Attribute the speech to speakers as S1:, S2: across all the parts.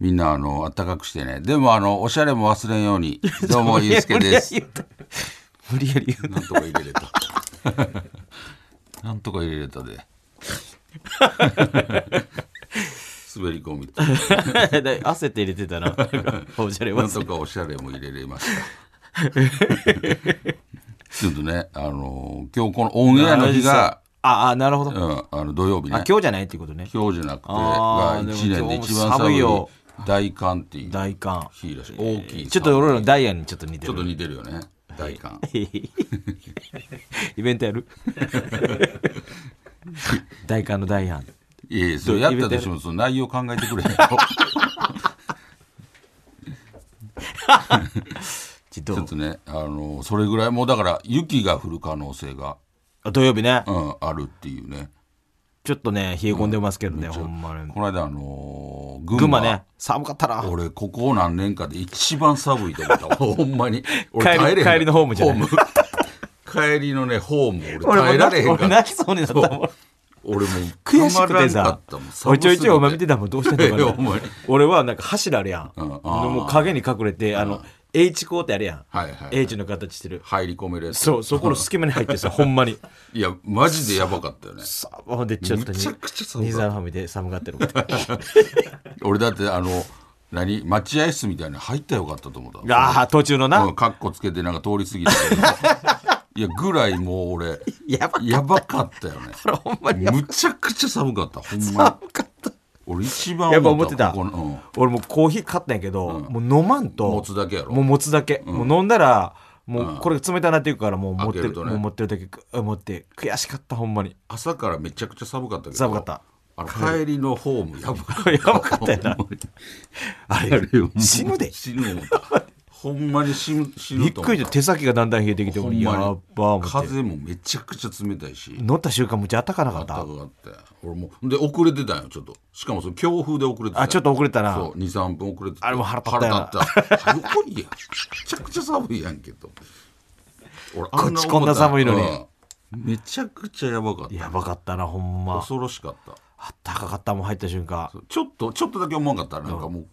S1: みんなあの暖かくしてね。でもあのおしゃれも忘れんように。どうもゆうす けです。
S2: 無理やり言う
S1: なんとか入れれた。なんとか入れれたで。 滑り込みって。
S2: た。だ 焦って入 れてたな。おしゃれ
S1: な
S2: は
S1: ん。とかおしゃれも入れれました。ちょっとね、あの今日このオンエアの日が、
S2: ああ、なるほど。
S1: うん、あの土曜日ね
S2: あ。今日じゃないっていうことね。
S1: 今日じゃなくて、
S2: あ
S1: が
S2: ー
S1: 一
S2: で
S1: 年
S2: も
S1: で
S2: 今日
S1: 一
S2: も
S1: 番寒い
S2: 寒いよ
S1: 大寒っていう。
S2: 大寒。
S1: 日らしい。大きい。
S2: ちょっと俺らのダイヤにちょっと似て
S1: ちょっと
S2: る。
S1: 似てるよね。大寒。
S2: イベントや る大寒のダイヤン。
S1: いやいや、それやったとしても、その内容考えてくれ へんよ。
S2: ちょっ
S1: ちょ
S2: と
S1: っとね、あの、それぐらい、もうだから、雪が降る可能性が、
S2: あ土曜日ね
S1: う。ん、あるっていうね。
S2: ちょっとね、冷え込んでますけどね、ほんまに。
S1: この間、あのー、群
S2: 群馬ね、寒かったな。
S1: 俺、ここ何年かで一番寒いと思った わ。ほんまに。俺
S2: 帰り
S1: れへん
S2: 帰りのホームじゃない
S1: ホーム 帰りのね、ホーム、俺、耐えられへんか
S2: 俺
S1: ら。
S2: 泣きそうになったもん。
S1: 俺もう、
S2: 悔しくて
S1: たまらんか
S2: さ
S1: ったもん、寒
S2: 俺
S1: すぎ
S2: ちょいちょいお前見てたもん、どうしてんの
S1: いや
S2: か
S1: お
S2: な
S1: 前。
S2: 俺はなんか柱あるやん。
S1: うんあー
S2: もう影に隠れて、あの、H コーってあるやん。
S1: はいはいはい
S2: H の形してる。
S1: 入り込めるやつ。
S2: そう、そこの隙間に入 ってさ、ほんまに。
S1: いや、マジでやばかったよね。
S2: さあ、ほんでちょっと
S1: め
S2: に
S1: ちゃくちゃ寒か
S2: ニ
S1: った
S2: ザンファミで寒がってる。
S1: 俺だってあの何待合室みたいなの入ったらよかったと思った
S2: ああ、途中の
S1: う。
S2: なん
S1: カッコつけてなんか通り 過ぎたけどいやぐらいもう俺
S2: やばい。
S1: やばかったよね
S2: ほんまにやば
S1: むちゃくちゃ寒かったほんまに
S2: 寒かった。
S1: 俺一番
S2: やっぱ思ってた
S1: ここの
S2: 俺もうコーヒー買ったんやけど、もう飲まんと。
S1: 持つだけやろ
S2: もう持つだけ。もう飲んだら、もうこれ冷たいなっていうから、もう持って
S1: 開け
S2: る、
S1: るとね
S2: もう持ってるだけく持って、悔しかった、ほんまに。
S1: 朝からめちゃくちゃ寒かったけど
S2: 寒かった
S1: あの帰りのホームやばかった
S2: やばかったよな。あれ、死ぬで。
S1: 死ぬ思ったほんまに死ぬ死
S2: び
S1: ぬ
S2: っ
S1: と
S2: く
S1: 思
S2: りした手先がだんだん冷えてきて、
S1: ほ
S2: 俺
S1: ん
S2: や
S1: ま
S2: ば
S1: に
S2: ー思って。
S1: 風もめちゃくちゃ冷たいし
S2: 乗った瞬間、むっちゃ暖かなかっ
S1: あった
S2: た
S1: か。かったよ俺もうで遅れてたんよちょっとしかもその強風で遅れてたよ
S2: あ、ちょっと遅れた
S1: そ
S2: な
S1: う。23分遅れてた
S2: あれも腹立ったよな
S1: 腹立った早来いやめちゃくちゃ寒いやんけと俺あ
S2: こっちこんな寒いのに
S1: にめちゃくちゃやばかっ
S2: やばかったな、ほん
S1: た
S2: ま。
S1: 恐ろしかった
S2: あったかかったもん入った瞬間。
S1: ちょっとちょっとだけ思わんかったらなんかもう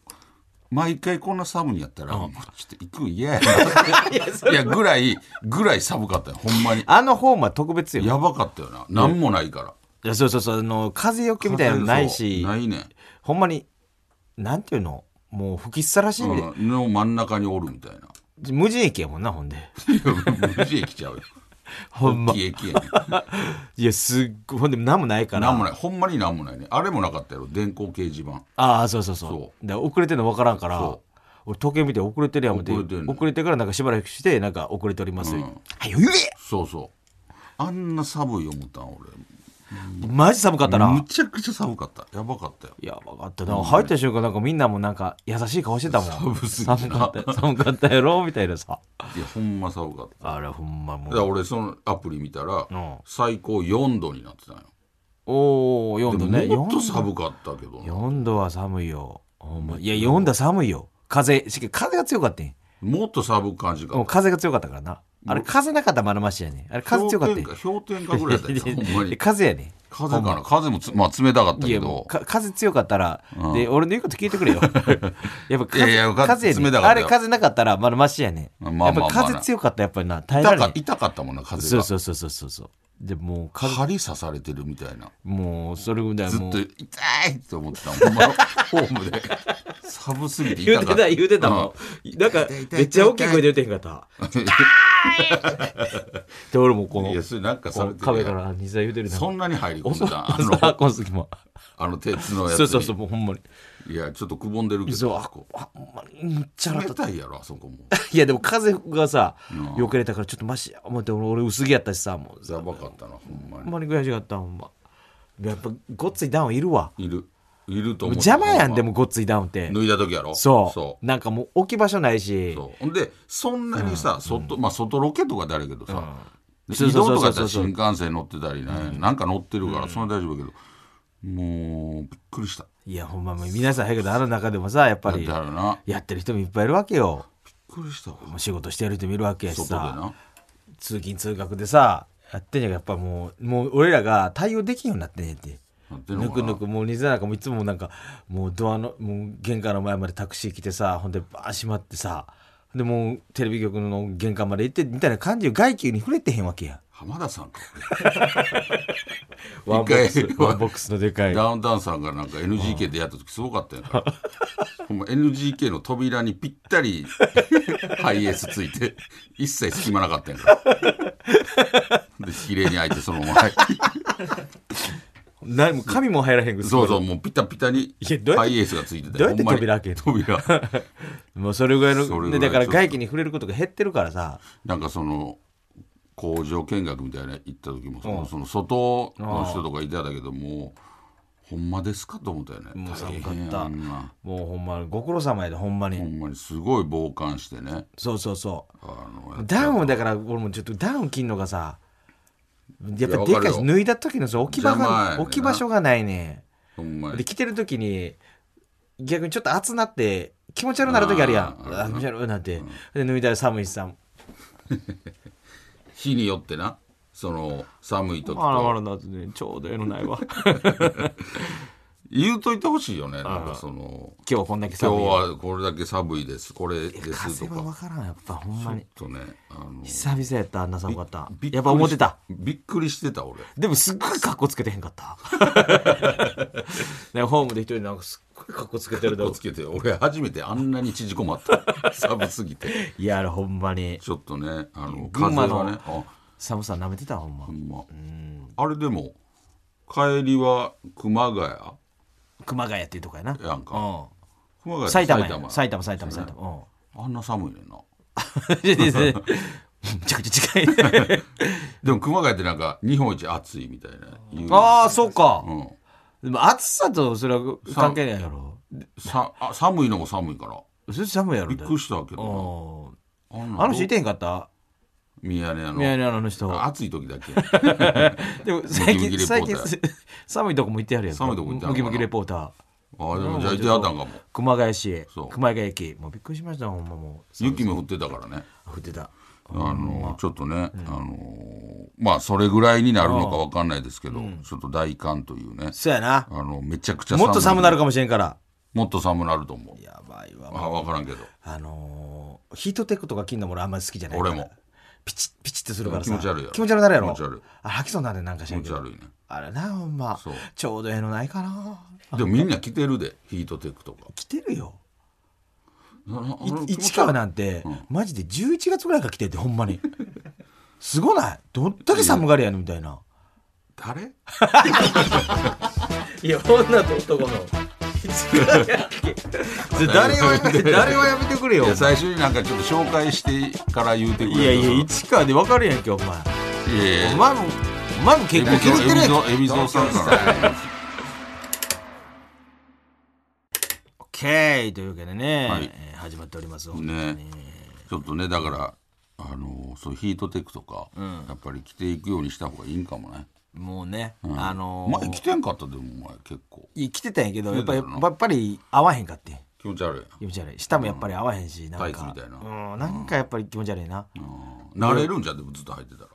S1: 毎回こんな寒いんやったら、もうちょっと行くん嫌やないやぐらいぐらい寒かったよほんまに
S2: あのホームは特別よ。
S1: やばかったよな何もないから、
S2: いやそうそうそうあの風よけみたいなのないし
S1: ないね
S2: ほんまになんていうのもう吹きっさらしいんで、
S1: うんの真ん中におるみた いな。
S2: 無人駅やもんなほんで
S1: いや、無事駅ちゃうよ。
S2: ほんま
S1: 大きい駅やね
S2: いやすっごいほんで何もないから
S1: なんもない。ほんまになんもないね。あれもなかったよ。電光掲示板。
S2: ああそうそうそう
S1: そ
S2: で遅れてんの分からんから
S1: そ
S2: 俺時計見て遅れてるやん思って
S1: 遅れてんねん
S2: 遅れてからなんかしばらくしてなんか遅れております、
S1: うん
S2: はい余裕
S1: そうそう。あんな寒い思ったん俺。
S2: マジ寒かった
S1: む
S2: な
S1: ちゃくちゃ寒かった。やばかったよ。
S2: やばかったな入った瞬間なんかみんなもなんか優しい顔してたもん
S1: 寒すぎた
S2: 寒かった よ寒かったやろみたいなさ
S1: いや、ほんま寒かった。
S2: あれほんまも
S1: だから
S2: う
S1: 俺、そのアプリ見たら
S2: うん、
S1: 最高4度になってたんよ。
S2: おお4度ね
S1: でももっと
S2: 4度
S1: 寒かったけどな
S2: 4度は寒いよ。ほんまいや、4度は寒いよ。風、しかも風が強かったん。
S1: もっと寒く感じか
S2: もう
S1: った。
S2: 風が強かったからな。あれ、風なかったらまだましやねん。あれ、風強かったん。
S1: 氷点下氷点下ぐらいだった よ。ほんまに。
S2: 風やね
S1: 風かな風もつ、まあ、冷たかった
S2: ん。い
S1: け
S2: や、も
S1: ど
S2: う、。か風強かったら、で、俺の言うこと聞いてく れよ。やっぱ風、
S1: いやいやか
S2: 風やね
S1: 冷た
S2: ん。
S1: かっ
S2: あ
S1: た
S2: れ、
S1: よ
S2: 風なかったらまだましやねん。
S1: まあまあまあ
S2: やっぱ風強かったらやっぱりな、耐えら
S1: 痛
S2: れ
S1: か
S2: ん。
S1: 痛かったもんな、風
S2: そう
S1: が。
S2: そうそうそうそうそう。で、もう、風、
S1: 針刺されてるみたいな。
S2: もう、それぐらい
S1: ずっ
S2: も
S1: と
S2: う。
S1: 痛いって思ってたもん。ほんまホー ムで。寒すぎて
S2: 言
S1: 痛
S2: う
S1: か
S2: て
S1: った。
S2: た、言うてた
S1: う
S2: も
S1: ん
S2: ん。なんか、めっちゃ大きい声で言うてへんかった。で、俺もこの
S1: いや、、それなんかさ
S2: こ
S1: れ
S2: の
S1: てる
S2: 壁
S1: やん
S2: から膝茹でるな。
S1: そんなに入り込んでた。あ
S2: あ
S1: の、
S2: この隙間。
S1: あの鉄のやつ
S2: そう
S1: に。
S2: そうそう、もうほんまに。
S1: いや、ちょっとくぼんでるけ
S2: そう、
S1: ど。あ
S2: あ
S1: そこ、
S2: あほんまにめっちゃ腹
S1: 冷
S2: 立った
S1: いやろ、あそこも。
S2: た。いや、でも風がさ、よけれたからちょっとマシや思って、俺俺薄着やったしさ、もうさ、
S1: やばかったな、ほんま
S2: ほん
S1: に。
S2: まに悔しかった、ほんま。やっぱごっついダウンいるわ。
S1: いる。いると思う
S2: 邪魔やんで
S1: も
S2: もごっついダウンって
S1: 脱いだ時やろ
S2: そう
S1: そ
S2: なんかもう置き場所ないし
S1: うそうほんでそんなにさ、外まあ外ロケとかであれやけどさ、で
S2: そう
S1: 移
S2: そう
S1: 動
S2: そうそう
S1: とかやったら新幹線乗ってたりね、なんか乗ってるから、それは大丈夫やけどもうびっくりした
S2: いやほんまもう皆さん早くあの中でもさやっぱ
S1: だって
S2: り
S1: あるな
S2: やってる人もいっぱいいるわけよ
S1: びっくりしたわ
S2: もう仕事してる人もいるわけやし
S1: 外で
S2: さ
S1: な
S2: 通勤通学でさやってんやからやっぱもうもう俺らが対応できんようになってんねんって
S1: なってんの
S2: ぬ
S1: か
S2: く
S1: な
S2: ぬくもう水なんかもいつもなんかもうドアのもう玄関の前までタクシー来てさほんでバーン閉まってさでもうテレビ局の玄関まで行ってみたいな感じで外気に触れてへんわけや
S1: 浜田さんか
S2: ワンボックス
S1: 一回
S2: ワンボックスのでかい
S1: ダウンタウンさんがなんか NGK でやった時すごかったよなほんま NGK の扉にぴっ たりハイエースついて一切隙間なかったんやからで綺麗に開いてそのまま入って
S2: 何も髪も入らへんぐらい
S1: そうそうもうピタピタに
S2: いやどうやって
S1: ハイエースがついてて
S2: どうやって
S1: ほんまに
S2: 扉開け
S1: 扉
S2: もうそれぐらいの
S1: それぐ
S2: で
S1: らい
S2: だから
S1: ちょっと
S2: 外気に触れることが減ってるからさ
S1: なんかその工場見学みたいな行った時もその,、その外の人とかいたんだけどもうほんまですかと思ったよね
S2: もう寒かっ
S1: 大変や
S2: た
S1: な
S2: もうほんまご苦労様やでほんまに、
S1: ほんまにすごい傍観してね
S2: そうそうそう
S1: あの
S2: ダウンをだから俺もちょっとダウン切んのがさやっ
S1: いや
S2: ぱ
S1: わ
S2: で
S1: か
S2: か
S1: る
S2: い
S1: よ
S2: し脱いだ時のさ置き場
S1: 邪魔やねん
S2: が
S1: な
S2: 置き場所がないね
S1: ほんま
S2: んで
S1: に
S2: 着てる時に逆にちょっと暑なって気持ち悪くなる時あるやん
S1: あー
S2: あー気持ち悪くなってで脱いだら寒いしさ
S1: 日によってなその寒い時
S2: あらあら
S1: と
S2: なってねちょうどええのないわ今
S1: 言うといてほしいよねなんかその
S2: 日はこんだけ
S1: 今
S2: 寒い
S1: 日はこれだけ寒いですこれです
S2: 風
S1: と
S2: は
S1: か
S2: 分からんやっぱほんまに
S1: ちょっとねあの
S2: 久々やったあんな寒かった
S1: びくりし
S2: やっぱ思ってた
S1: びっくりしてた俺
S2: でもすっごい格好つけてへんかった ねホームで一人なんかすっごい格好つけてるだ
S1: をつけて俺初めてあんなに縮こまった寒すぎて
S2: いやあれほんまに
S1: ちょっとねあの
S2: 群
S1: 風
S2: 馬
S1: が
S2: の
S1: ねあ
S2: 寒さ舐めてたわほんま
S1: ほんまあれでも帰りは熊谷
S2: 熊谷っていうとこやな
S1: やんか
S2: う
S1: 熊谷
S2: ん、埼玉や埼玉埼玉埼玉うん
S1: あんな寒いねんな
S2: めちゃくちゃ近い ね
S1: でも熊谷ってなんか日本一暑いみたいな言う
S2: ああそうか、
S1: うん
S2: でも暑さとそれは関係ないやろ
S1: さあ寒いのも寒いから
S2: それ寒いやろ
S1: びっくりしたけ
S2: う
S1: ど
S2: ん
S1: な
S2: あの人いて
S1: て
S2: へんかった
S1: ミヤネ屋
S2: 宮
S1: の
S2: 根あの人
S1: 暑い時 だけ
S2: でも最
S1: ムキ
S2: 近
S1: ムキレポータ
S2: 最
S1: ー
S2: 近寒いとこも行ってやるやんか
S1: 寒いとこ行っては
S2: ムキ
S1: るかな
S2: ムキレポーター
S1: ああでもじゃあいてあったんかも
S2: 熊谷市
S1: そう
S2: 熊谷駅もうびっくりしましたほんまもう
S1: 雪も降ってたからね
S2: 降ってた
S1: あのちょっとね、あのーまあそれぐらいになるのかわかんないですけど、ちょっと大寒というね
S2: そうやな
S1: あのめちゃくちゃ
S2: もっと寒なる
S1: か
S2: かもしれんから
S1: もっと寒なると思う
S2: やばいわ
S1: あ分からんけど
S2: あのーヒートテックとか金のも俺あんまり好きじゃないから
S1: 俺も
S2: ピチッピチッてするからさ
S1: 気持ち悪いやろ
S2: 気持ち悪くなるやろ
S1: 気持ち悪い
S2: あ吐きそうになんでなんかし
S1: 気
S2: らん
S1: 持
S2: け
S1: ち
S2: ど
S1: 悪いね
S2: あれなほんま
S1: そう
S2: ちょうどええのないかな
S1: でもみんな着てるでヒートテックとか
S2: 来てるよ
S1: なないあの気持
S2: 市
S1: ち悪
S2: 川
S1: い
S2: なんて、マジで11月ぐらいから来ててほんまにすごないどんだけ寒がりやねんみたいな
S1: 誰
S2: いや女と男の 誰はやめて誰はやめてくれよ
S1: いや最初になんかちょっと紹介してから言うてくれ
S2: いやいや
S1: い
S2: 市川で分かるやんけお前
S1: やいや
S2: お前もお前も結構気に入ってるやんけ
S1: 海老蔵さんからね
S2: OK というわけでね、
S1: はい
S2: えー始まっております
S1: ねちょっとねだからあのそうヒートテックとか、やっぱり着ていくようにした方がいいんかもね、
S2: もうね、あのー、
S1: 前着てんかったでもお前結構
S2: いや来てたんやけどやっぱ
S1: 着
S2: り
S1: てたの
S2: やっぱり合わへんかって
S1: 気持ち悪い
S2: 気持ち悪い下もやっぱり合わへんし、なんか
S1: タイツみたいな
S2: うん、なんかやっぱり気持ち悪いな、
S1: やん慣れるんじゃんでもずっと履いてたら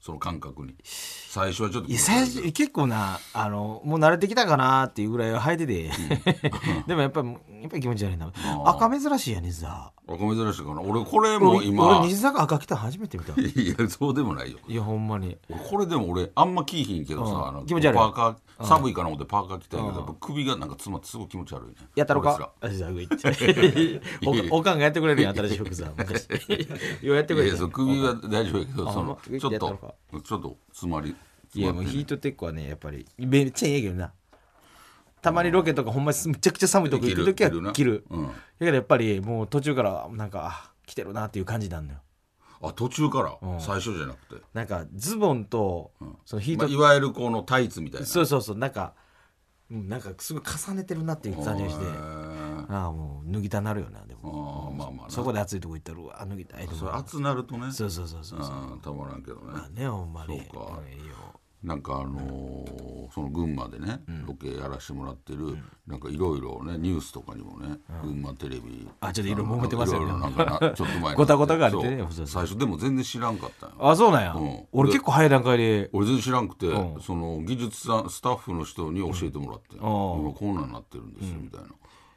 S1: その感覚に最初はちょっと
S2: いや最初結構なあのもう慣れてきたかなっていうぐらいは履いてて、 でもやっぱりやっぱり気持ち悪いな赤珍しいやねさ
S1: あごめん珍しいかな俺これもう
S2: 俺
S1: 今
S2: 俺西坂赤着たの初めて見たい
S1: いやそうでもないよ
S2: やほんまに
S1: 俺これでも俺あんま着いひんけどさ、
S2: うん
S1: あの
S2: 気持ち悪い
S1: パーカー寒いかな思ってパーカー着たんやけど、やっぱ首がなんか詰まってすごい気持ち悪いね
S2: やったろ
S1: こいつら
S2: かあじゃあ上行 っておおかんがやってくれるやん新しい服さ昔 ようやってくれ
S1: い
S2: る
S1: や
S2: や
S1: そうん首は大丈夫やけど
S2: あ
S1: そ
S2: ほんま
S1: の
S2: 首
S1: ちょっ
S2: やったの
S1: と
S2: か
S1: ちょっと詰まり
S2: い
S1: 詰
S2: やも
S1: まっ
S2: う
S1: てる
S2: ヒートテックはねやっぱりめっちゃええけどなたまにロケとかほんまにむちゃくちゃ寒いとこ行く時は
S1: 着る
S2: 着る
S1: なうん
S2: だけどやっぱりもう途中からなんかあ来てるなっていう感じなんだよ
S1: あ途中から、最初じゃなくて、
S2: なんかズボンとそのヒー
S1: ま
S2: ト
S1: あ、いわゆるこのタイツみたいな
S2: そうそうそうなんかうんなんかすごい重ねてるなっていう感じがして
S1: へー
S2: ああもう脱ぎたなるよなで
S1: あ
S2: も
S1: ーまあまあな
S2: そこで暑いとこ行ったらうわ脱ぎたいと
S1: それ
S2: か
S1: 熱なるとね
S2: そうそうそうそうそう
S1: うんたまらんけどね
S2: まあねほんまに
S1: そうか
S2: うんいいよ
S1: なんかあのーその群馬でね、ロケやらしてもらってる、なんかいろいろねニュースとかにもね、群馬テレビ
S2: あちょっといろいろ揉めてますよね
S1: いろいろなんかなちょっと前になって
S2: ごたごたがあるってね
S1: そう
S2: そうそ
S1: 最初でも全然知らんかったんよ
S2: あそうなんや、
S1: うん
S2: 俺結構早い段階で
S1: 俺全然知らんくて、
S2: うん
S1: その技術さんスタッフの人に教えてもらって、今こんなんなってるんですよ、みたい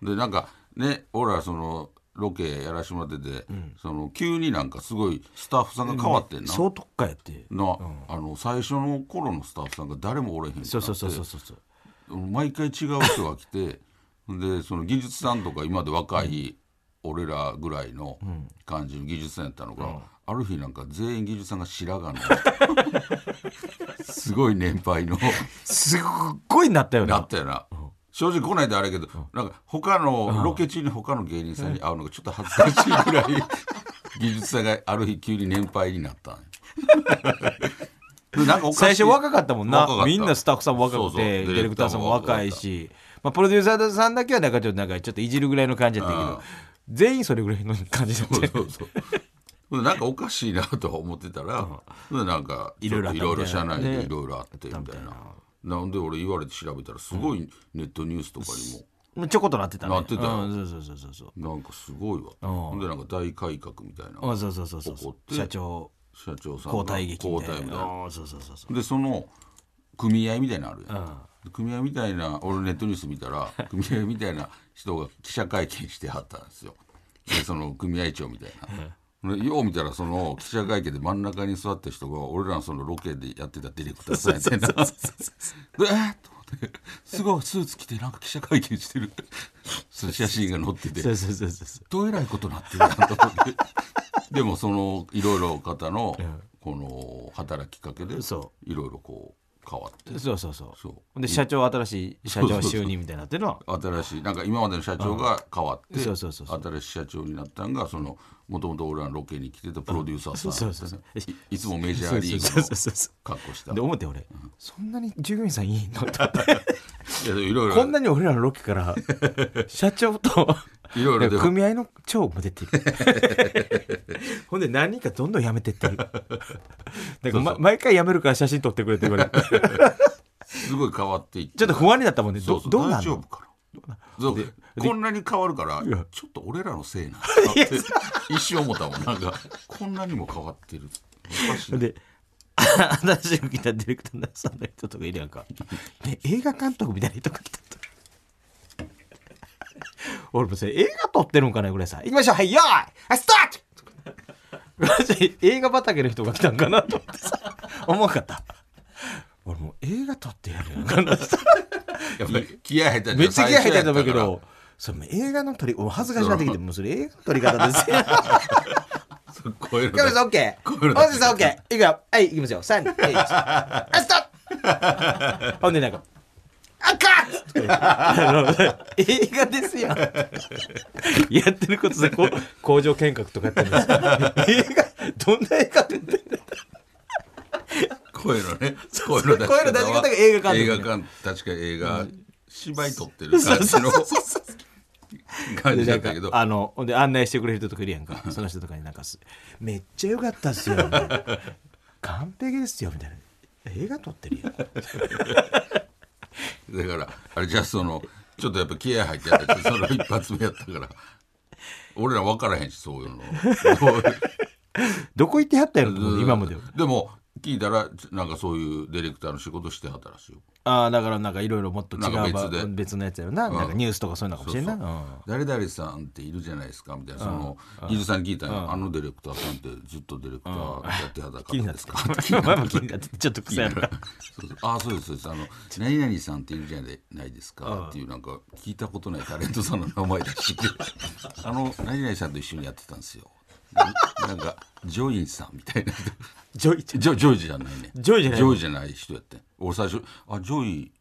S1: なでなんかね俺らそのロケやらしてもらってて、その急になんかすごいスタッフさんが変わってんな、
S2: 総特化やって
S1: な、あの最初の頃のスタッフさんが誰もおれへんくなって
S2: そうそうそうそうそうそう
S1: 毎回違う人が来てでその技術さんとか今まで若い俺らぐらいの感じの技術さんやったのが、ある日なんか全員技術さんが白髪になったすごい年配の
S2: すっごいなったよね
S1: なったよな。正直来ないであれやけど、なんか他のロケ中に他の芸人さんに会うのがちょっと恥ずかしいぐらい技術さんがある日急に年配になった んよでなんかおかしい
S2: 最初若かったもんな
S1: 若かった
S2: みんなスタッフさんも若くて
S1: そうそう
S2: ディレクターさんも若いし、まあ、プロデューサーさんだけはなんかちょっとなんかちょっといじるぐらいの感じだったけど全員それぐらいの感じだったよ
S1: そうそうそう。なんかおかしいなとは思ってたら、でなんか
S2: いろいろあったみたいない
S1: ろいろ社内
S2: ね
S1: でいろいろあってみたいな。なんで俺言われて調べたらすごいネットニュースとかにも。
S2: もうちょこっとなってたね
S1: なってたよ
S2: うん、そうそうそうそう
S1: なんかすごいわ。ほんでなんか大改革みたい
S2: そう
S1: な
S2: うんそうそうそうそう
S1: 怒って
S2: 社長
S1: 社長さんが
S2: 交代劇みたいな
S1: 交代みたいな。
S2: うんそうそうそうそう
S1: でその組合みたいなのあるやん、組合みたいな俺ネットニュース見たら 組合みたいな人が記者会見してはったんですよでその組合長みたいな。でよう見たらその記者会見で真ん中に座った人が俺らのそのロケでやってたディレクターさんやってんな でえーっと思ってすごいスーツ着てなんか記者会見してるその写真が載ってて
S2: そうそうそうそうそう
S1: どえらいことなってるなと 思ってでもそのいろいろ方のこの働きかけでい
S2: そ
S1: ろいろこう変わって
S2: そうそうそう
S1: そ
S2: で社長新しい社長就任みたいになってるのは
S1: 新しいなんか今までの社長が変わって
S2: そうそうそうそ
S1: 新しい社長になったんがそのもともと俺らのロケに来てたプロデューサーさん
S2: そうそうそう
S1: いいつもメジャーリー
S2: そう
S1: グ
S2: そうそうそう
S1: の格好したい
S2: で思って俺、そんなに従業員さんいいのと思って
S1: やいろいろ
S2: こんなに俺らのロケから 社長と
S1: いろいろでも
S2: 組合の長も出て るほんで何人かどんどん辞めてっ てるだから、ま、毎回辞めるから写真撮ってくれって言わ れて
S1: すごい変わっていって
S2: ちょっと不安になったもんね
S1: そう
S2: ど
S1: そう
S2: どうな
S1: 大
S2: ん
S1: 丈
S2: の
S1: 夫かなそうこんなに変わるから
S2: や
S1: ちょっと俺らのせいなのかなって一瞬思ったもんなんかこんなにも変わってるおかしいな
S2: で新しく来たディレクターのさんの人とかいるやんか、ね、映画監督みたいな人が来たと 俺もそれ映画撮ってるんかなぐらいさ行きましょうはいよーいはいスタート私映画畑の人が来たんかなと思ってさ思わんかった俺もう映画撮ってやるやんか な
S1: やっぱり気合入った
S2: めっちゃ気合入ってたと思うけ
S1: 最初やっ
S2: どそれもう映画の撮りお恥ずかしなってきてもうそれ映画の撮り方ですよ
S1: たからこういうの
S2: カメラさん OK。本日さん OK。いくよ。はい、いきますよ。3、2、1。あ、 ストッほんでなんか。あかっ映画ですよ。 やってることさ、こう工場見学とかやってるんです映画、どんな映画って言ってんだよ
S1: こういうのねこういうの出し
S2: こういうの出し方が映画監督
S1: 映画館確か映画芝居撮ってる感じの感じだったけ
S2: でな
S1: ど
S2: んかあのほんで案内してくれる人とかいるやんかその人とかになんかす「めっちゃ良かったっすよ」みたいな「完璧ですよ」みたいな「映画撮ってるやん」
S1: だからあれじゃあそのちょっとやっぱ気合入ってやったその一発目やったから俺ら分からへんしそ ういうの
S2: どこ行ってはったやろと思って今までは
S1: でも聞いたらなんかそういうディレクターの仕事してはったらしいよ
S2: ああだからなんかいろいろもっと違う
S1: なん
S2: ば
S1: か別で
S2: 別のやつやろな,、なんかニュースとかそういうのかもしれんな
S1: そううそうん誰々さんっているじゃないですかみたいなその伊豆さんに聞いたらあのディレクターさんってずっとディレクターやってはった
S2: 気
S1: 方
S2: になって
S1: です
S2: た
S1: か
S2: 前も気になってちょっと癖あるな
S1: そうそうああそうですそうですあの「何々さんっているじゃないですか」っていうなんか聞いたことないタレントさんの名前だし あの何々さんと一緒にやってたんですよななんかジョインさんみたいな人
S2: ジョイ ちゃ
S1: ジョジョイじゃないね
S2: ジョイじゃない
S1: ジョイじゃない人やってん俺最初あジョイ
S2: ん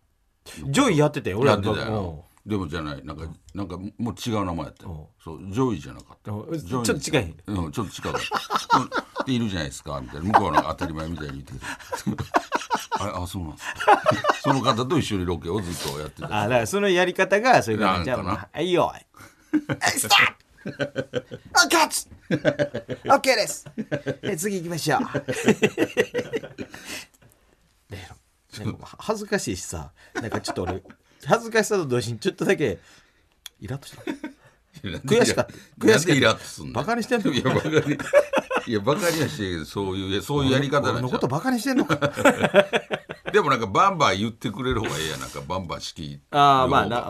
S2: ジョイやってたよ俺
S1: や
S2: ら
S1: って
S2: の
S1: たよなでもじゃないなんかなんかもう違う名前やったよそうジョイじゃなかった
S2: うん
S1: ジョイ
S2: ちょっと近い
S1: うんちょっと近かったうんでいるじゃないですかみたいな向こうはなんか当たり前みたいに言ってくるあれあそうなんですか その方と一緒にロケをずっとやってた
S2: あだからそのやり方がそれか
S1: な
S2: ら
S1: ん
S2: じ
S1: か
S2: ゃ
S1: な
S2: あもうはいよストッ プオッケー OK ですで次行きま しょうでなんか恥ずかしいしさなんかちょっと俺恥ずかしさと同時にちょっとだけイラッとした悔しかった
S1: いや
S2: 悔しかった
S1: なんでイラッとすんの
S2: バカにしてんの
S1: いやバカにいやバカにはしてんけどそういういやそういうやり方な
S2: 俺
S1: ん
S2: の
S1: ちゃ
S2: ことバカにしてんのか
S1: うでもなんかバンバン言ってくれる方がええやんなんかバンバン式
S2: ああまあな、うん、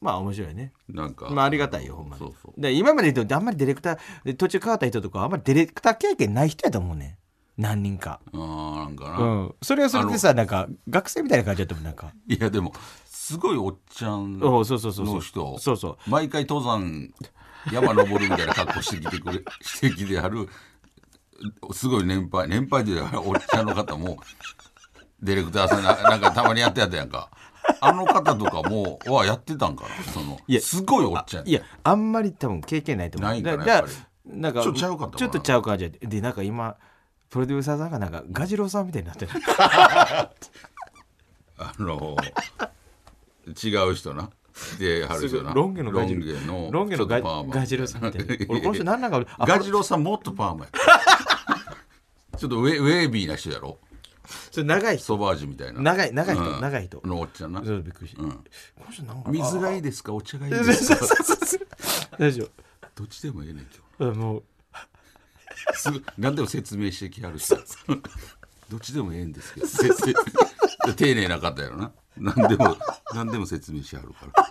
S2: まあ面白いね
S1: なんか
S2: まあありがたいよほんまに
S1: そうそう
S2: で今まで言ってもあんまりディレクターで途中変わった人とかあんまりディレクター経験ない人やと思うねん何人か、
S1: あーなんかな、
S2: うん、それはそれでさなんか学生みたいな感じだったもんなんか
S1: いやでもすごいおっちゃん
S2: お
S1: の
S2: うそうそうそうそう
S1: 人
S2: そうそう
S1: 毎回登山山登るみたいな格好してきてくれ してきてはるすごい年配年配というかおっちゃんの方もディレクターさんななんかたまに やってやったやんかあの方とかもはやってたんかなその
S2: いや
S1: すごいおっちゃん
S2: いやあんまり多分経験ないと思う
S1: ないんかな
S2: だ
S1: やっ
S2: だ
S1: ぱり
S2: なんか
S1: ちょっとちゃうかったかな
S2: ちょっとちゃう感じやででなんか今プロデューサーさんがなんかガジロウさんみたいになってる
S1: あの違う人な。で、はる人な。
S2: ロン毛の
S1: ロ
S2: ガ
S1: ン
S2: ジ
S1: 毛
S2: ロ
S1: の。
S2: ロン毛の
S1: ちょ
S2: ガ
S1: っとパーマ
S2: ガジロウさんみたいな俺この人何なんかあ
S1: ガジロウさんもっとパーマ やった。ちょっとウェウェービーな人やろ
S2: それ長い人
S1: ソバージュみたいな
S2: 長い長い人
S1: うん
S2: 長い人
S1: のおっちゃんな
S2: そうびっくりした、
S1: うん
S2: この人なんか
S1: 水がいいですかお茶がい い
S2: そう
S1: です
S2: そう
S1: か
S2: そうそう 大丈
S1: どっちでもええねん今
S2: 夫あもう
S1: 日すぐ何でも説明してきはるしどっちでもええんですけどせせ丁寧な方やろな何でも何でも説明しはるから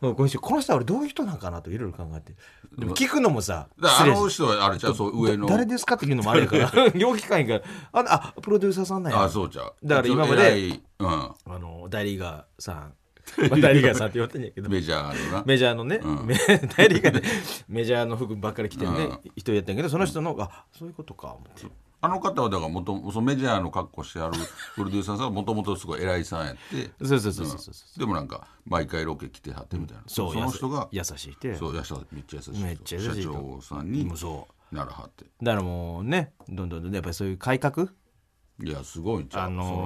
S2: もう今週この人は俺どういう人なんかなといろいろ考えてでも聞くのもさ
S1: だから
S2: 失礼
S1: あの人はあれちゃうそう上の
S2: 誰ですかっていうのもあれや から 両機関があのあプロデューサーさんなんや
S1: あそうちゃう
S2: だから今まで
S1: 偉いうん
S2: あのダイリーガーさ ん、まあ、ダイリーガーさんって言われてんやけど
S1: メジャーのな
S2: メジャーのね、
S1: うん
S2: メダイリーガーでメジャーの服ばっかり着てるね、
S1: うん
S2: 人やったんやけどその人のあそういうことか思って
S1: あの方はだからもとそのメジャーの格好してあるプロデューサーさんはもともとすごい偉いさんやって
S2: そうそうそうそうそう
S1: でもなんか毎回ロケ来てはってみたいな、
S2: そう
S1: の人が
S2: 優しいって
S1: そうやしめっちゃ優しい人
S2: めっちゃ優しい人
S1: 社長さんに
S2: もうそ
S1: ならはって
S2: うだからもうねどんどんどんどんやっぱりそういう改革
S1: いやすごいんちゃう、
S2: あ
S1: それはやっ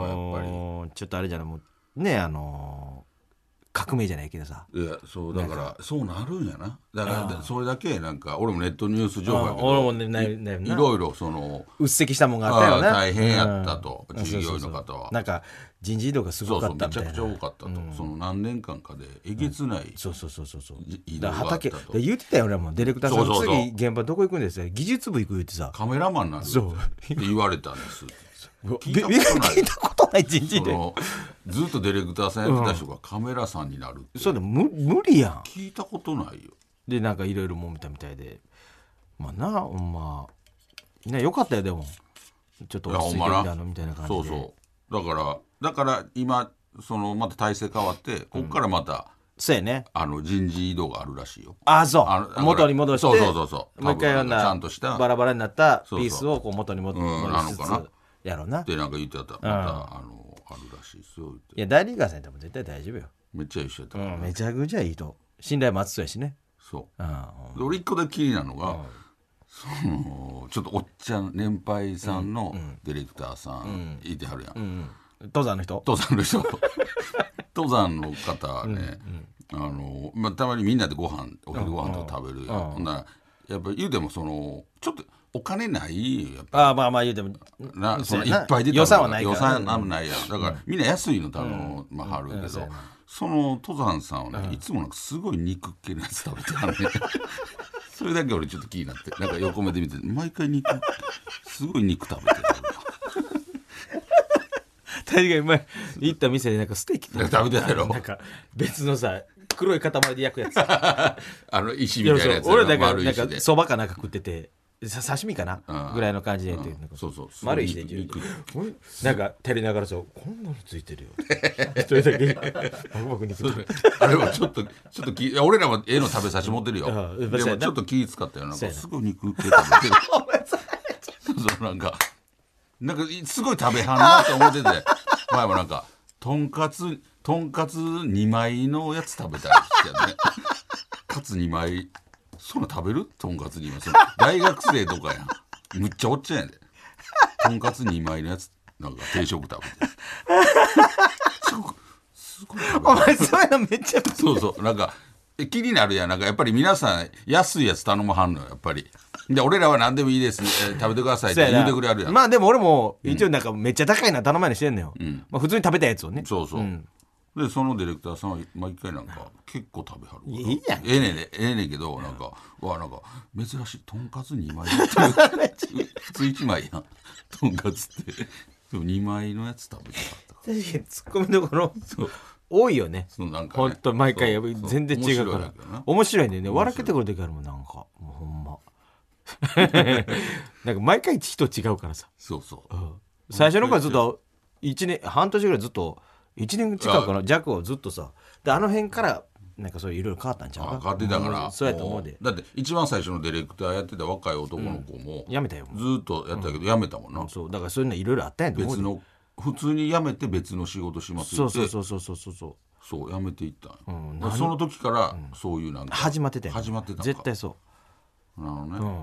S2: のー、ちょっとあれじゃないもうねあのー、革命じゃないけどさ
S1: ぱりいやそうだからそうなるんやなだからそれだけなんか俺もネットニュース情報やけど
S2: あ俺もねないない
S1: い
S2: な
S1: ろいろその
S2: うっせきしたもんがあったよな
S1: ああ大変やったと従業員の方
S2: そ
S1: は
S2: うそうそうなんか人事異動がす
S1: そ
S2: ご
S1: う
S2: か
S1: そう
S2: った
S1: め
S2: みた
S1: ちゃ
S2: い
S1: く
S2: な
S1: ちゃ多かったと、その何年間かでえげつない、
S2: そうそうそうそうそう
S1: い
S2: だから畑
S1: 移動があった
S2: だか
S1: と
S2: ら言ってたよ俺もディレクターさん
S1: そうそうそう
S2: 次現場どこ行くんですか技術部行く言ってさ
S1: カメラマンなんです
S2: そう
S1: って言われたんです
S2: 聞
S1: 聞いたことない
S2: 聞いたことない人事
S1: そ
S2: 異動
S1: のずっとディレクターさんやってた人がカメラさんになるって
S2: そうだ無無理やん
S1: 聞いたことないよ
S2: でなんかいろいろ揉めたみたいでまあなほんまねよかったよでもちょっと
S1: い
S2: 落
S1: や
S2: ち着いて
S1: ほん
S2: み
S1: ま
S2: た
S1: な
S2: のみたいな感じで
S1: そうそうだからだから今そのまた体制変わってこっからまた、
S2: そうやね
S1: あの人事異動があるらしいよ
S2: ああそ
S1: あのだ
S2: う
S1: から
S2: 元に戻して
S1: そうそうそうそう
S2: もう一回読んだ
S1: ちゃんとした
S2: バラバラになったピ
S1: そうそう
S2: ースをこう元に戻
S1: うん
S2: 戻しつ
S1: なのか
S2: つやろうな
S1: でなんか言ってたまた、あのあるらしいですよって
S2: いや大リーガーさんやったらもう絶対大丈夫よ、
S1: めっちゃ一緒やった、
S2: うん、めちゃくちゃいいと信頼も厚そうやしね
S1: そう
S2: うん
S1: で俺一個だけ気になるのが、そのちょっとおっちゃん年配さんのディレクターさんいてはるやん、
S2: 登山の人
S1: 登山 の人登山の方ね、あのまあ、たまにみんなでご飯お昼ご飯とか食べるやん、ほんならやっぱ言うてもそのちょっとお金ないよやっぱ
S2: ああまあまあ言うても
S1: なそ
S2: そ
S1: の
S2: う
S1: い
S2: やな
S1: っぱい出たのが
S2: 予算はないから
S1: 予算なんもないやんだからみんな安いの頼む、まあ、はるけど、その登山さんはね、いつもなんかすごい肉系のやつ食べてはるね それだけ俺ちょっと気になってなんか横目で見て毎回肉すごい肉食べてる
S2: 大リーガー前行った店でなんかステーキ
S1: いや食べてないやろ
S2: なんか別のさ黒い塊で焼くやつ
S1: あの石
S2: い
S1: みた
S2: や
S1: いな
S2: そう
S1: やつや
S2: 俺だ
S1: ろ
S2: から
S1: 丸い
S2: なん
S1: 石で
S2: かそばかなんか食っててさ刺身かな
S1: うん
S2: ぐらいの感じでやってる
S1: そうそう
S2: 丸い石で
S1: 肉
S2: 十分
S1: 肉
S2: これなんか照れながらそうこんなのついて るよ一人だけバクバクに食って
S1: あれはちょっとちょっときいや俺らもええの食べさせてもってるよ、
S2: うんうん
S1: で
S2: そう
S1: も
S2: やな
S1: ちょっと気使ったよなん
S2: そうや
S1: か
S2: な
S1: すごい肉系食 べてるそうなんかなんかすごい食べはんなと思って て前もなんかとんかつとんかつ2枚のやつ食べたりしてたよねカツ2枚そんなん食べるとんかつ2枚その大学生とかやんむっちゃおっちゃんやでとんかつ2枚のやつなんか定食食べてすごいすごい食べて
S2: お前そういうのめっちゃ
S1: そうそうなんかえ気になるやんなんかやっぱり皆さん安いやつ頼まはんのよやっぱりで俺らは何でもいいです、えー食べてくださいって言うてくれはるやん、
S2: まあでも俺も一応なんかめっちゃ高いな頼まにしてんのよ、まあ、普通に食べたやつをね
S1: そうそう、でそのディレクターさんは毎回なんか結構食べはるから
S2: いいやん
S1: ええねんねええねんけどなんかわなんか珍しいとんかつ2 枚っていう普通1枚やんとんかつってでも2枚のやつ食べてはったか
S2: 確かにツッコミどころ
S1: らそう
S2: 多いよね
S1: そうなんかね
S2: ほんと毎回や
S1: そうそう
S2: 全然違うから
S1: 面白いんだけどな
S2: 面白いんだよね笑けてくる時あるもんなんかもうほんま なんか毎回人違うからさ
S1: そうそう
S2: 最初の頃はずっと一年半年ぐらいずっと1年近くかな弱をずっとさであの辺からなんかそういろいろ変わったんちゃう
S1: 上がってたから
S2: そうやと思うで
S1: だって一番最初のディレクターやってた若い男の子も、
S2: やめたよもう
S1: ずっとやってたけど辞めたもんな、
S2: そうだからそういうのいろいろあったんやと思う
S1: 別
S2: で
S1: の普通に辞めて別の仕事しますって
S2: そうそうそうそうそうそうそう
S1: そう辞めていったんよ
S2: うん
S1: だからその時からそういうなんか
S2: 始まってたよ
S1: 始まってたんか
S2: 絶対そ
S1: なるほ
S2: うう
S1: どね、
S2: ん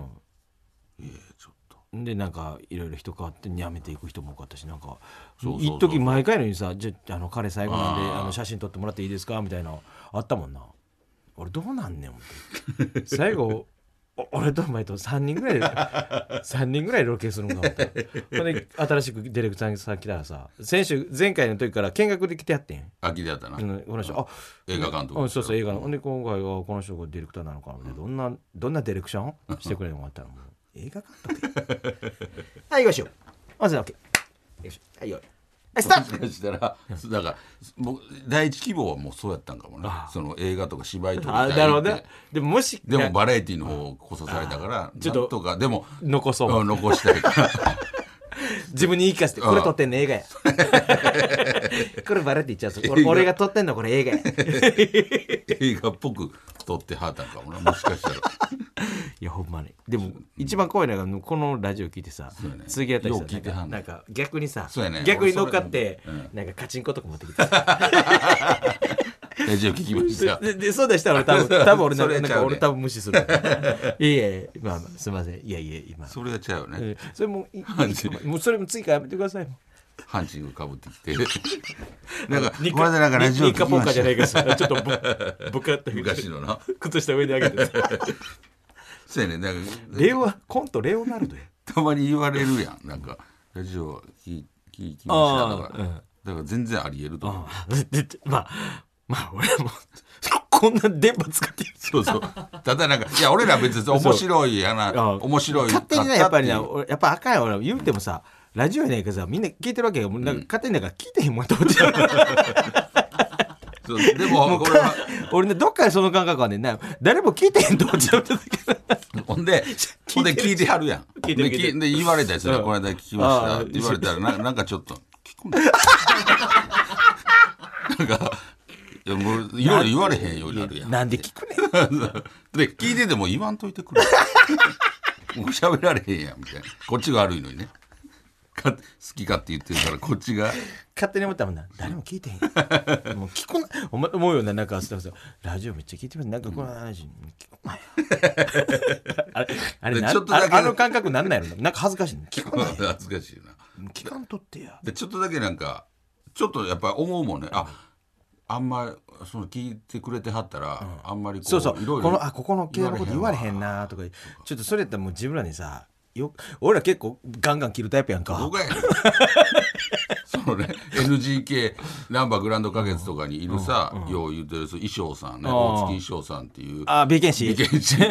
S1: ええちょっと
S2: でなんかいろいろ人変わってやめていく人も多かったしなんか
S1: そうそうそう
S2: 一時毎回のようにさ「じゃあの彼最後なんであの写真撮ってもらっていいですか?」みたいなあったもんな俺どうなんねん思って最後お俺とお前と3人ぐらいで3 人ぐらいロケするんか思ったほんで新しくディレクターさん来たらさ先週前回の時から見学で来てやってん
S1: 秋でやったな、
S2: うんこの人あ
S1: 映画監督
S2: うんそうそう映画のほんで今回はこの人がディレクターなのかなどんなどんなディレクションしてくれるのかって言ったらもう映画監督や はい行きましょうまずは OK よいしょはいよいはいスタート
S1: もしかしたらだから僕第一希望はもうそうやったんかもねその映画とか芝居とか
S2: あなるほどねでももし
S1: でもバラエティの方こそされたから
S2: ちょっと
S1: なんとかでも
S2: 残そう
S1: うん残したいから
S2: 自分に言い聞かせてこれ撮ってんの映 画やこれバレて言っちゃうぞ俺
S1: 映画
S2: 俺が撮ってんのこれ映画や
S1: 映画っぽく撮ってはったんかもなもしか したら
S2: いやほんまにでも一番怖いのがこのラジオ聞いてさ
S1: うやね
S2: 次あたりさ
S1: よう聞いてはんねん
S2: なんか逆にさ
S1: そうやね
S2: 逆に乗っかって
S1: 俺それうん
S2: なんかカチンコとか持ってきて
S1: ラジオ聞きました
S2: ででそうだしたら俺多 分多分俺な
S1: それちゃう
S2: な
S1: ね
S2: んか俺多分無視 する。いやいやまあまあすみませんいやいや今。
S1: それやっちゃうよね
S2: えーそれもい い
S1: マジ
S2: もうそれも次からやめてくださいも
S1: ハンチングかぶってき てなんかこれ
S2: う。
S1: でなんかラジオ
S2: ニ
S1: 聞
S2: ッカ
S1: き
S2: ポー
S1: ま
S2: カーじゃない
S1: し
S2: からさちょっとぶ ぶかって
S1: た昔のな
S2: 靴下上に上 げてさ。
S1: そうやねなんか
S2: レオコントレオナルドや。
S1: たまに言われるやんなんかラジオ聞き聞きましただか
S2: あ
S1: ら、だから全然ありえると思う
S2: あーででまあまあ俺もこんな電波使ってる。
S1: そうそうただなんかいや俺ら別に面白いやな
S2: あー
S1: 面白い
S2: 勝手にねやっぱりね
S1: かたていう
S2: 俺やっぱ赤い俺言うてもさラジオやねんけどさみんな聞いてるわけよもうなんか勝手になんか聞いてへんもんと思っちゃう。
S1: そうでもこれは
S2: 俺ねどっかでその感覚はねな誰も聞いてへんと思っちゃうてたけど
S1: ほんで、ほんで聞いてはるやん。
S2: 聞いてる
S1: で
S2: 聞いてる
S1: で言われたりする、
S2: うん
S1: この間聞きまし
S2: あ
S1: た
S2: あ
S1: って言われたら、ななんかちょっと、聞 くんだなんか、いやもういろいろ言われへんようになるやん。
S2: なんで聞くねん
S1: で、聞いてても言わんといて くれ。もう喋られへんやん、みたいな。こっちが悪いのにね。か好きかって言ってるから、こっちが。
S2: 勝手に思ったもんな誰も聞いてへんもう聞くなお前思うよななんかそうそうラジオめっちゃ聞いてますなんかこの話、聞くなよあれあれ
S1: で
S2: なん
S1: ちょっとだけ
S2: ああの感覚なんなんやろななんか恥ずかしいね聞くなよ
S1: 恥ずかしいな。
S2: 聞かんとってや
S1: でちょっとだけなんかちょっとやっぱり思うもんねああんまりその聞いてくれてはったら、あんまりこう
S2: そうそう
S1: いろいろ
S2: このあここの系のこと言われへんなとかちょっとそれやったらもう自分らにさよ俺ら結構ガンガン切るタイプやんか
S1: 僕やねん そのね NGK ナンバーグランド花月とかにいるさ、よう言ってるその衣装さんね
S2: うん
S1: 大月衣装さんっていう
S2: あ美健師
S1: 美剣士も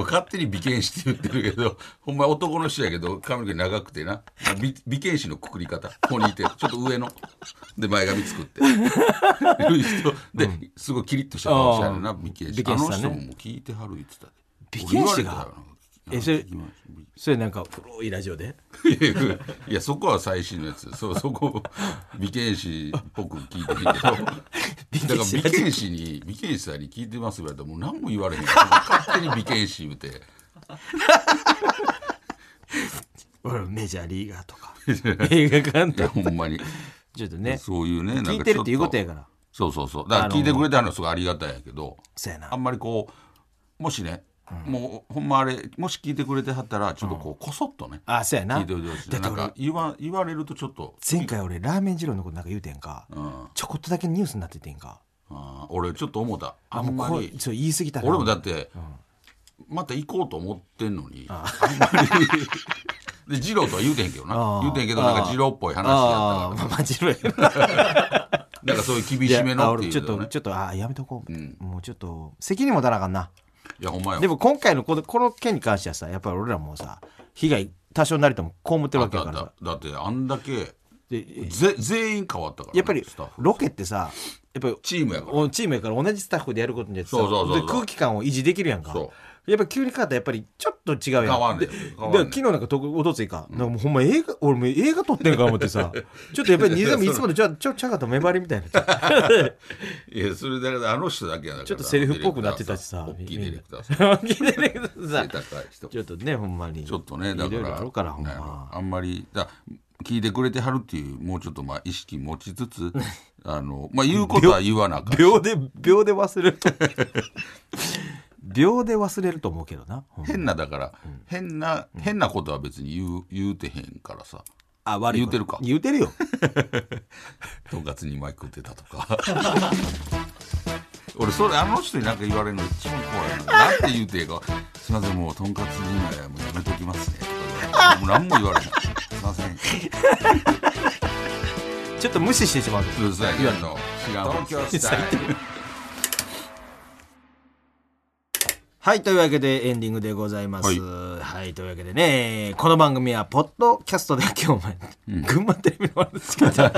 S1: う勝手に美剣士って言ってるけどほんま男の人やけど髪の毛長くてな美美剣士のくくり方ポニーテールちょっと上ので前髪作っていう人ですごいキリッとした顔してはるな
S2: あー
S1: 美剣
S2: 美
S1: 士あ
S2: 剣士
S1: の
S2: さんね
S1: 人ももう聞いてはる言ってたで
S2: 美剣士が
S1: 俺
S2: えそれそれなんか古いラジオで
S1: 言われたよいやいやいやそこは最新のやつそうそこ美剣士っぽく聞いてるけどだから 美剣士に美剣士さんに聞いてますよ言われたらもう何も言われへんから勝手に美剣士言うて。
S2: 俺メジャーリーガーと か映画監
S1: いや
S2: 督
S1: ほんまに
S2: ちょっとね
S1: そういうねなんか
S2: 聞いてるっていうことや
S1: ちょ
S2: から
S1: そうそうそうだから聞いてくれたのはすごいありがたいやけど
S2: そうやな
S1: あんまりこうもしねもうほんまあれもし聞いてくれてはったらちょっとこうこそっとね、
S2: あそうやな
S1: 聞いておいてほしい
S2: だって
S1: なん
S2: 俺
S1: か言わ言われるとちょっと、
S2: 前回俺ラーメン二郎のことなんか言うてんか
S1: うん、あ
S2: ちょこっとだけニュースになっててんか
S1: ー俺ちょっと思ったあ
S2: あ
S1: ん
S2: も
S1: ま
S2: うこれ
S1: り
S2: ちょ言い過ぎたな
S1: 俺もだって、また行こうと思ってんのにあんまり で二郎とは言うてんけど
S2: あ
S1: な
S2: ー
S1: 言うてんけどなんか二郎っぽい話や
S2: あ
S1: っ
S2: あ
S1: たか
S2: まあまあ二郎やな
S1: らなんかそういう厳
S2: いや
S1: しめの
S2: あ
S1: って
S2: 俺
S1: い
S2: ちょ
S1: う
S2: っ
S1: の
S2: と
S1: ね
S2: ちょっとああやめとこう、
S1: うん
S2: もうちょっと責任もたなあかんない
S1: やほんまよ
S2: でも今回のこのこの件に関してはさやっぱり俺らもさ被害多少なりとも被ってるわけやから
S1: だ
S2: さ
S1: だだってあんだけ
S2: で
S1: ぜ全員変わったからね、
S2: やっぱり
S1: スタッフ
S2: ロケってさやっぱり
S1: チームやから
S2: おチームやから同じスタッフでやることによってさ
S1: そうそうそうそう
S2: で空気感を維持できるやんか
S1: そ
S2: やっぱ急に変わったらやっぱりちょっと違うやん
S1: 変わん
S2: で
S1: ねん
S2: で
S1: 変わんねん
S2: 昨日なんかとおとついか,、なんかもうほんま映画俺も映画撮ってんか思って さちょっとやっぱりいつもいつもとちょちょちゃかと目張りみたいになっちゃう
S1: いやそれだけどあの人だけやから
S2: ちょっとセリフっぽくなってたしさ
S1: 大きいディレクターさん
S2: 聞いてるけどさ
S1: 背高い人
S2: ちょっとねほんまに
S1: ちょっとねだ
S2: い
S1: か
S2: ろい
S1: ら
S2: ろあるからほん
S1: なんやろ
S2: ま
S1: あんまりだ聞いてくれてはるっていうもうちょっとまあ意識持ち つつあのまあ言うことは言わなあかん
S2: 秒で秒で忘れると秒で忘れると思うけどなほんま
S1: 変なだから、変な変なことは別に言う言うてへんからさ
S2: あ悪いこと
S1: 言うてるか
S2: 言うてるよ
S1: とんかつにマイク打てたとか 俺それあの人になんか言われるの一番怖いななんて言うてええか「すいませんもうとんかつにはもうやめときますね」とか言われてもう何も言われない「すいません」
S2: ちょっと無視してしまう
S1: うるさいの知らん東京スタイル
S2: はいというわけでエンディングでございますはい、というわけでねこの番組はポッドキャストで今日お前、群馬テレビの話ですけど
S1: い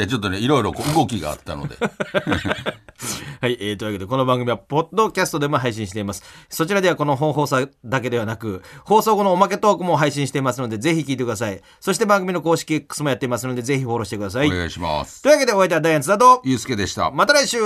S1: やちょっとねいろいろこう動きがあったので
S2: はい、えー、というわけでこの番組はポッドキャストでも配信していますそちらではこの本放送だけではなく放送後のおまけトークも配信していますのでぜひ聞いてくださいそして番組の公式 X もやっていますのでぜひフォローしてくださ
S1: お
S2: い、
S1: 願いします
S2: というわけでお相手はダイアンツだと
S1: ゆうすけでした
S2: また来週